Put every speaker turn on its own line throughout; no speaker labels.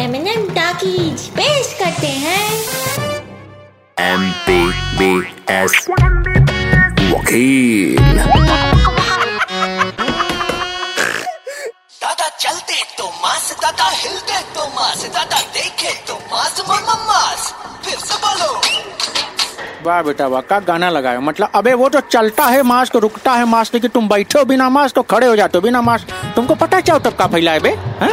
MNM talkies पेश करते हैं
एम पी बी एस वकील
दादा चलते तो मास दादा हिलते तो मास दादा देखे तो मास मम्मा मास फिर से बोलो
वाह बेटा वाह का गाना लगाया मतलब अबे वो तो चलता है मास्क रुकता है मास्क कि तुम बैठे हो बिना मास्क तो खड़े हो जाते हो बिना मास्क तुमको पता क्या तब का फैलाए बे हैं?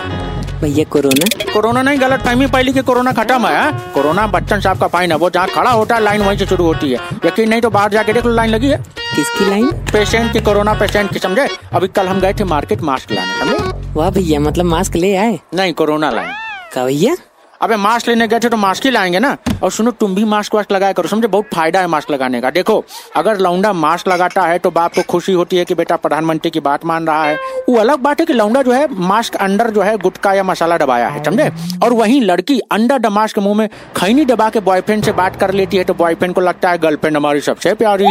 भैया कोरोना
कोरोना नहीं गलत फहमी पहली कि कोरोना खत्म है हैं? कोरोना बच्चन साहब का फाइन है वो जहाँ खड़ा होता है लाइन वहीं से शुरू होती है यकीन नहीं तो बाहर जाके देख लो लाइन लगी है
किसकी लाइन
पेशेंट की कोरोना पेशेंट की समझे अभी कल हम गए थे मार्केट मास्क लाने समझे
वाह भैया मतलब मास्क ले आए
नहीं कोरोना लाए
का भैया
अबे मास्क लेने गए थे तो मास्क ही लाएंगे ना और सुनो तुम भी मास्क वास्क लगाया करो समझे बहुत फायदा है मास्क लगाने का देखो अगर लौंडा मास्क लगाता है तो बाप को खुशी होती है कि बेटा प्रधानमंत्री की बात मान रहा है वो अलग बात है कि लौंडा जो है मास्क अंडर जो है गुटखा या मसाला दबाया है समझे और वहीं लड़की अंडर द मास्क के मुंह में खैनी दबा के बॉयफ्रेंड से बात कर लेती है तो बॉयफ्रेंड को लगता है गर्लफ्रेंड हमारी सबसे प्यारी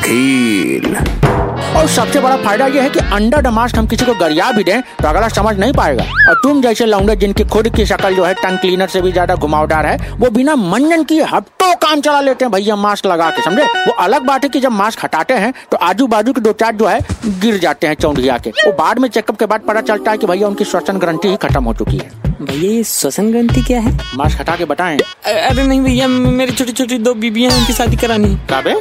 वकील
और सबसे बड़ा फायदा यह है कि अंडर द मास्क हम किसी को गरिया भी दें तो अगला समझ नहीं पाएगा और तुम जैसे लौंडे जिनकी खुद की शक्ल जो है टंग क्लीनर से भी ज्यादा घुमावदार है वो बिना मंजन किए हफ्तों काम चला लेते हैं भैया मास्क लगा के समझे वो अलग बात है कि जब मास्क हटाते हैं तो आजू बाजू के दो चार जो है गिर जाते हैं चौंधिया के वो बाद में चेकअप के बाद पता चलता है कि भैया उनकी श्वसन ग्रंथि ही खत्म हो चुकी है
भैया ये श्वसन ग्रंथि क्या है
मास्क हटा के बताएं
अ- अरे नहीं भैया म- मेरी छोटी छोटी दो बीबियां हैं उनकी शादी करानी है
काबे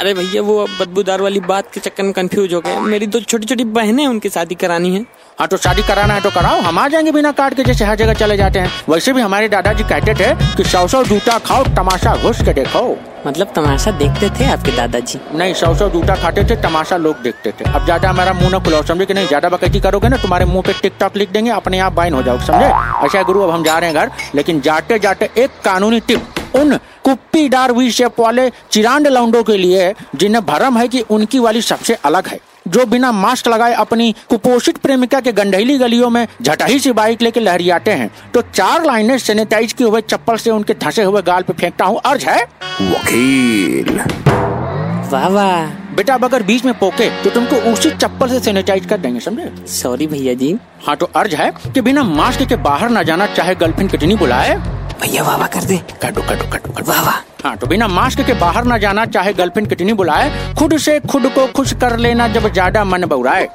अरे भैया वो अब बदबूदार वाली बात के चक्कर में कंफ्यूज हो गए मेरी दो छोटी छोटी बहनें हैं उनकी शादी करानी है
हाँ तो शादी कराना है तो कराओ हम आ जाएंगे बिना कार्ड के जैसे हर जगह चले जाते हैं वैसे भी हमारे दादाजी कहते थे कि सौ सौ जूता खाओ तमाशा घुस के देखो
मतलब तमाशा देखते थे आपके दादाजी
नहीं सौ सौ जूता खाते थे तमाशा लोग देखते थे अब ज्यादा हमारा मुंह ना खुलाओ समझे कि नहीं ज्यादा बकैती करोगे ना तुम्हारे मुंह पे टिकटॉक लिख देंगे अपने आप बाइन हो जाओगे समझे अच्छा है गुरु अब हम जा रहे हैं घर लेकिन जाते जाते एक कानूनी टिप उन कुप्पीदार वी शेप वाले चिरांड लौंडों के लिए है, जिन्हें भरम है कि उनकी वाली सबसे अलग है जो बिना मास्क लगाए अपनी कुपोषित प्रेमिका के गंडहली गलियों में झटही सी बाइक लेके लहरियाते हैं तो चार लाइनें सैनिटाइज किए हुए चप्पल से उनके धंसे हुए गाल पे फेंकता हूँ अर्ज है
वकील
वाह वाह
बेटा अब अगर बीच में पोके तो तुमको उसी चप्पल से सैनिटाइज कर देंगे समझे
सॉरी भैया जी
हाँ तो अर्ज है कि बिना मास्क के बाहर ना जाना चाहे गर्लफ्रेंड कितनी बुलाए
भैया वाह वाह कर दे
कटो कटो कटो कटो
वाह वाह
हाँ तो बिना मास्क के बाहर ना जाना चाहे गर्लफ्रेंड कितनी बुलाए खुद से खुद को खुश कर लेना जब ज्यादा मन बउराए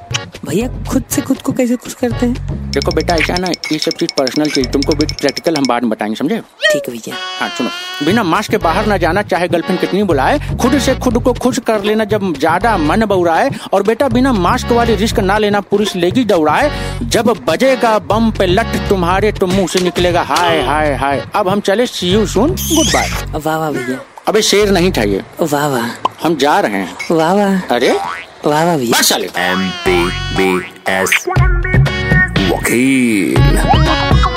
भैया खुद से खुद को कैसे खुश करते हैं
देखो बेटा ऐसा ना ये सब चीज पर्सनल चीज तुमको भी प्रैक्टिकल हम बाद में बताएंगे समझे
ठीक है भैया
हाँ सुनो बिना मास्क के बाहर ना जाना चाहे गर्लफ्रेंड कितनी बुलाए खुद से खुद को खुश कर लेना जब ज्यादा मन बउराए और बेटा बिना मास्क वाली रिस्क ना लेना पुरुष लेगी दौड़ाए जब बजेगा बम पे लट तुम्हारे तो मुंह से निकलेगा हाय हाय हाय अब हम चले see you soon good bye
वाह वाह भैया
अबे शेर नहीं था ये
वाह वाह
हम जा रहे हैं
वाह वाह
अरे
वाह वाह भैया
बस चले
एम पी बी एस वकील